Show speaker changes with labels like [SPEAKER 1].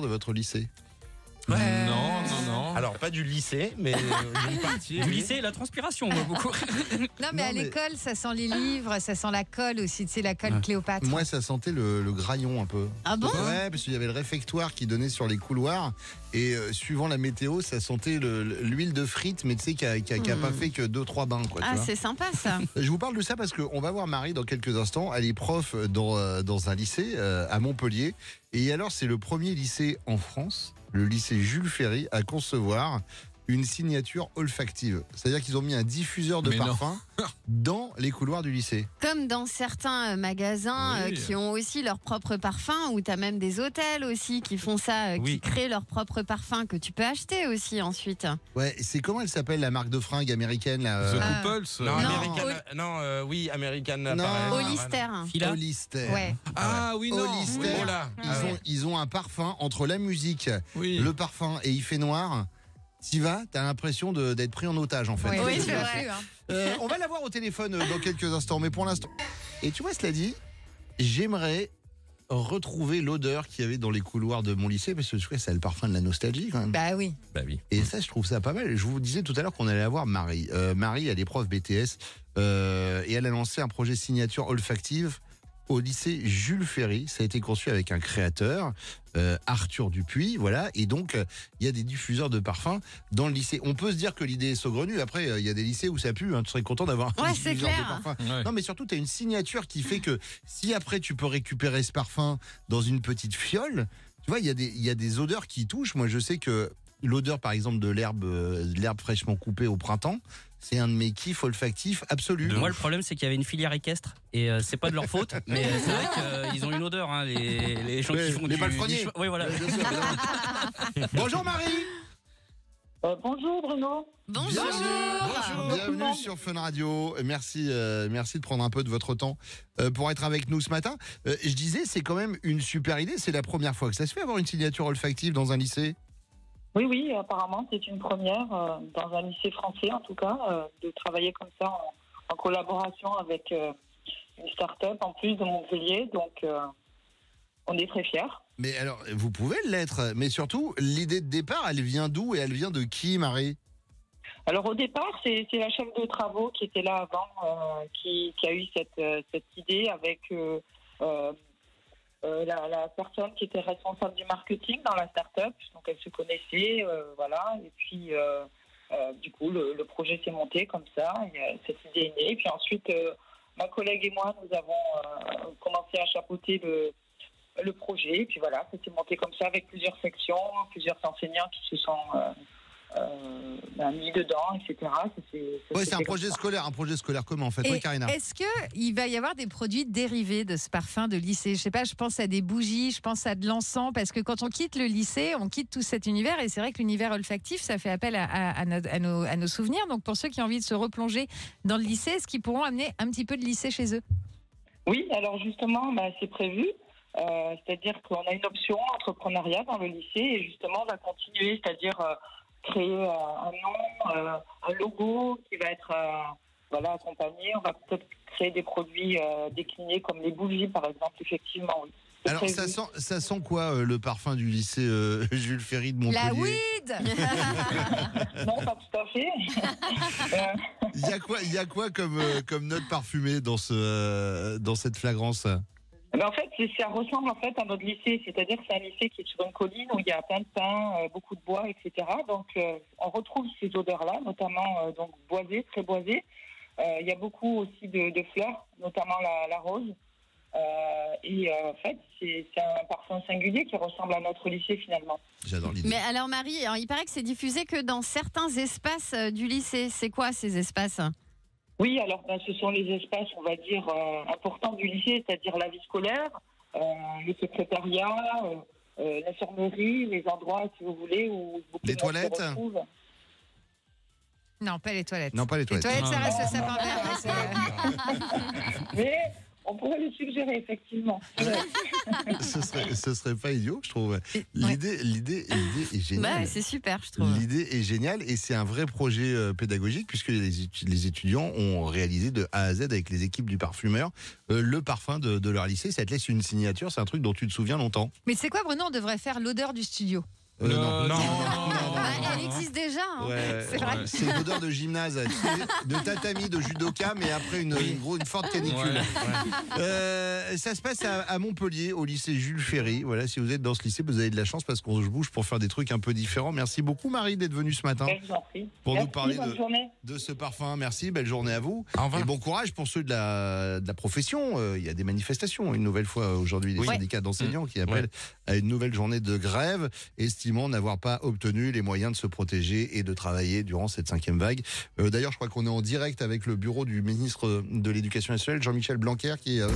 [SPEAKER 1] de votre lycée
[SPEAKER 2] Ouais.
[SPEAKER 3] Non, non, non.
[SPEAKER 4] Alors, pas du lycée, mais euh, d'une partie.
[SPEAKER 2] Du
[SPEAKER 4] oui.
[SPEAKER 2] lycée, la transpiration, moi, beaucoup.
[SPEAKER 5] Non,
[SPEAKER 1] Non,
[SPEAKER 5] mais à
[SPEAKER 1] mais-
[SPEAKER 5] l'école, ça sent les livres, ça sent la colle aussi, tu sais, la colle
[SPEAKER 2] Ouais.
[SPEAKER 5] Cléopâtre.
[SPEAKER 1] Moi, ça sentait le, le graillon un peu.
[SPEAKER 5] Ah bon
[SPEAKER 1] Ouais, parce qu'il y avait le réfectoire qui donnait sur les couloirs. Et euh, suivant la météo, ça sentait le- l'huile de frite, mais tu sais, qui a, qui a- qui a pas fait que deux trois bains. Quoi, tu
[SPEAKER 6] Ah,
[SPEAKER 1] vois.
[SPEAKER 6] c'est sympa ça.
[SPEAKER 1] Je vous parle de ça parce qu'on va voir Marie dans quelques instants. Elle est prof dans, euh, dans un lycée euh, à Montpellier. Et alors, c'est le premier lycée en France, le lycée Jules Ferry, à concevoir une signature olfactive. C'est-à-dire qu'ils ont mis un diffuseur de
[SPEAKER 3] Mais non.
[SPEAKER 1] parfum dans les couloirs du lycée.
[SPEAKER 6] Comme dans certains euh, magasins
[SPEAKER 3] Oui.
[SPEAKER 6] euh, qui ont aussi leur propre parfum, ou t'as même des hôtels aussi qui font ça, euh, qui
[SPEAKER 4] Oui.
[SPEAKER 6] créent leur propre parfum que tu peux acheter aussi ensuite.
[SPEAKER 1] Ouais, c'est comment elle s'appelle la marque de fringues américaine là,
[SPEAKER 3] The
[SPEAKER 1] euh,
[SPEAKER 6] Ah.
[SPEAKER 3] Couples.
[SPEAKER 4] Non,
[SPEAKER 3] euh,
[SPEAKER 1] Non.
[SPEAKER 4] American- non, euh, oui, American.
[SPEAKER 1] Non.
[SPEAKER 4] Apparel.
[SPEAKER 6] Hollister.
[SPEAKER 2] Fila.
[SPEAKER 1] Hollister.
[SPEAKER 5] Ouais.
[SPEAKER 3] Ah oui, non.
[SPEAKER 1] Hollister.
[SPEAKER 3] Oui, oh là.
[SPEAKER 1] Ils,
[SPEAKER 6] Ah
[SPEAKER 1] ont, ils ont un parfum entre la musique,
[SPEAKER 3] Oui.
[SPEAKER 1] le parfum et il fait noir. T'y vas, t'as l'impression de- d'être pris en otage en fait.
[SPEAKER 5] Ouais,
[SPEAKER 6] Oui,
[SPEAKER 5] je
[SPEAKER 6] c'est
[SPEAKER 5] l'ai
[SPEAKER 6] vrai.
[SPEAKER 5] vu, hein.
[SPEAKER 1] Euh, on va l'avoir au téléphone euh, dans quelques instants, mais pour l'instant. Et tu vois, cela dit, j'aimerais retrouver l'odeur qu'il y avait dans les couloirs de mon lycée, parce que je crois que ça a le parfum de la nostalgie quand même.
[SPEAKER 5] Bah oui.
[SPEAKER 4] Bah oui.
[SPEAKER 1] Et ça, je trouve ça pas mal. Je vous disais tout à l'heure qu'on allait avoir Marie. Euh, Marie, elle est prof BTS euh, et elle a lancé un projet signature olfactive au lycée Jules Ferry. Ça a été conçu avec un créateur, euh, Arthur Dupuis, voilà. Et donc, euh, il y a des diffuseurs de parfums dans le lycée. On peut se dire que l'idée est saugrenue. Après, euh, il y a des lycées où ça pue. hein. Tu serais content d'avoir un
[SPEAKER 6] Ouais, c'est
[SPEAKER 1] diffuseur de
[SPEAKER 6] clair.
[SPEAKER 1] parfums.
[SPEAKER 3] Ouais.
[SPEAKER 1] Non, mais surtout, tu as une signature qui fait que si après tu peux récupérer ce parfum dans une petite fiole, tu vois, il y, a des- il y a des odeurs qui touchent. Moi, je sais que l'odeur, par exemple, de l'herbe euh, de l'herbe fraîchement coupée au printemps, c'est un de mes kiffs olfactifs absolus.
[SPEAKER 2] Moi, le problème, c'est qu'il y avait une filière équestre et euh, c'est pas de leur faute, mais euh, c'est vrai qu'ils ont une odeur, hein, les, les gens
[SPEAKER 1] Ouais,
[SPEAKER 2] qui font
[SPEAKER 1] les
[SPEAKER 2] du-
[SPEAKER 1] palefreniers.
[SPEAKER 2] des chevaux- Oui, voilà.
[SPEAKER 1] Bien sûr, évidemment. Bonjour Marie
[SPEAKER 7] Euh, bonjour Bruno.
[SPEAKER 6] Bonjour.
[SPEAKER 1] Bienvenue sur Fun Radio. Merci, euh, merci de prendre un peu de votre temps euh, pour être avec nous ce matin. Euh, je disais, c'est quand même une super idée. C'est la première fois que ça se fait avoir une signature olfactive dans un lycée.
[SPEAKER 7] Oui, oui, apparemment, c'est une première, euh, dans un lycée français en tout cas, euh, de travailler comme ça en, en collaboration avec euh, une start-up en plus de Montpellier. Donc, euh, on est très fiers.
[SPEAKER 1] Mais alors, vous pouvez l'être, mais surtout, l'idée de départ, elle vient d'où et elle vient de qui, Marie
[SPEAKER 7] Alors, au départ, c'est c'est la chef de travaux qui était là avant euh, qui, qui a eu cette, euh, cette idée avec euh, euh, euh, la, la personne qui était responsable du marketing dans la start-up. Donc, elle se connaissait, euh, voilà. Et puis. euh, Euh, du coup, le, le projet s'est monté comme ça, et, euh, cette idée est née. Et puis ensuite, euh, ma collègue et moi, nous avons euh, commencé à chapeauter le, le projet. Et puis voilà, ça s'est monté comme ça avec plusieurs sections, plusieurs enseignants qui se sont euh, euh, ben, mis dedans, etc. Ça s'est- ça
[SPEAKER 1] Ouais,
[SPEAKER 7] s'est
[SPEAKER 1] c'est un
[SPEAKER 7] fait comme
[SPEAKER 1] projet
[SPEAKER 7] ça.
[SPEAKER 1] scolaire, un projet scolaire comment en fait
[SPEAKER 5] Et
[SPEAKER 1] Ouais, Karina.
[SPEAKER 5] Est-ce que il va y avoir des produits dérivés de ce parfum de lycée Je sais pas, je pense à des bougies, je pense à de l'encens, parce que quand on quitte le lycée, on quitte tout cet univers, et c'est vrai que l'univers olfactif, ça fait appel à, à- à nos, à nos- à nos souvenirs. Donc pour ceux qui ont envie de se replonger dans le lycée, est-ce qu'ils pourront amener un petit peu de lycée chez eux
[SPEAKER 7] Oui, alors justement, ben, c'est prévu. Euh, c'est-à-dire qu'on a une option entrepreneuriat dans le lycée et justement, on va continuer, c'est-à-dire euh, créer euh, un nom, euh, un logo qui va être euh, voilà, accompagné. On va peut-être créer des produits euh, déclinés comme les bougies, par exemple, effectivement. oui. C'est
[SPEAKER 1] Alors
[SPEAKER 7] prévu.
[SPEAKER 1] ça sent, ça sent quoi euh, le parfum du lycée euh, Jules Ferry de
[SPEAKER 5] La
[SPEAKER 1] Montpellier
[SPEAKER 5] weed
[SPEAKER 7] Non, pas tout à fait. Euh,
[SPEAKER 1] Il y a quoi, il y a quoi comme, euh, comme note parfumée dans, ce, euh, dans cette flagrance
[SPEAKER 7] Mais Ben, en fait, c'est- ça ressemble en fait à notre lycée, c'est-à-dire que c'est un lycée qui est sur une colline où il y a plein de pins, euh, beaucoup de bois, etc. Donc, euh, on retrouve ces odeurs-là, notamment euh, donc boisées, très boisées. Euh, il y a beaucoup aussi de, de fleurs, notamment la, la rose. Euh, et euh, en fait, c'est c'est un parfum singulier qui ressemble à notre lycée finalement.
[SPEAKER 1] J'adore l'idée.
[SPEAKER 6] Mais alors Marie, alors, il paraît que c'est diffusé que dans certains espaces euh, du lycée. C'est quoi ces espaces
[SPEAKER 7] Oui, alors ben, ce sont les espaces, on va dire, euh, importants du lycée, c'est-à-dire la vie scolaire, euh, le secrétariat, euh, euh, l'infirmerie, les endroits, si vous voulez, où beaucoup
[SPEAKER 1] Les
[SPEAKER 7] de monde se
[SPEAKER 1] toilettes
[SPEAKER 7] retrouve.
[SPEAKER 5] Non, pas les toilettes.
[SPEAKER 1] Non, pas les
[SPEAKER 5] Les
[SPEAKER 1] toilettes.
[SPEAKER 6] Ah.
[SPEAKER 5] toilettes, ça
[SPEAKER 2] Non,
[SPEAKER 5] reste
[SPEAKER 7] non.
[SPEAKER 5] le sapin vert. ouais, c'est-
[SPEAKER 7] Mais on pourrait le suggérer, effectivement.
[SPEAKER 1] ce, serait, ce serait pas idiot, je trouve.
[SPEAKER 5] Et- euh, ouais.
[SPEAKER 1] L'idée l'idée, l'idée est
[SPEAKER 6] Bah,
[SPEAKER 1] géniale.
[SPEAKER 6] c'est super, je trouve.
[SPEAKER 1] L'idée est géniale et c'est un vrai projet euh, pédagogique puisque les, étu- les étudiants ont réalisé de A à Z avec les équipes du parfumeur euh, le parfum de, de leur lycée. Ça te laisse une signature, c'est un truc dont tu te souviens longtemps.
[SPEAKER 5] Mais c'est quoi, Bruno On devrait faire l'odeur du studio.
[SPEAKER 1] Euh,
[SPEAKER 4] non, non, non, non,
[SPEAKER 6] Bah,
[SPEAKER 4] non,
[SPEAKER 6] elle
[SPEAKER 4] non.
[SPEAKER 6] existe déjà. hein.
[SPEAKER 1] Ouais,
[SPEAKER 5] C'est vrai.
[SPEAKER 1] ouais. C'est une odeur de gymnase, tu sais, de tatami, de judoka, mais après une, une, gros- une forte canicule.
[SPEAKER 4] Ouais.
[SPEAKER 1] Euh, ça se passe à, à Montpellier, au lycée Jules Ferry. Voilà, si vous êtes dans ce lycée, vous avez de la chance parce qu'on se bouge pour faire des trucs un peu différents. Merci beaucoup, Marie, d'être venue ce matin
[SPEAKER 7] Ouais, Ben, je vous en prie.
[SPEAKER 1] pour
[SPEAKER 7] Merci,
[SPEAKER 1] nous parler
[SPEAKER 7] bonne
[SPEAKER 1] de,
[SPEAKER 7] journée.
[SPEAKER 1] de ce parfum. Merci, belle journée à vous.
[SPEAKER 4] Au revoir.
[SPEAKER 1] Et bon courage pour ceux de la, de la profession. Euh, Il y a des manifestations, une nouvelle fois aujourd'hui, les
[SPEAKER 4] Oui.
[SPEAKER 1] syndicats d'enseignants qui appellent à une nouvelle journée de grève, estimant n'avoir pas obtenu les moyens de se protéger et de travailler durant cette cinquième vague. Euh, D'ailleurs, je crois qu'on est en direct avec le bureau du ministre de l'Éducation nationale, Jean-Michel Blanquer, qui est euh,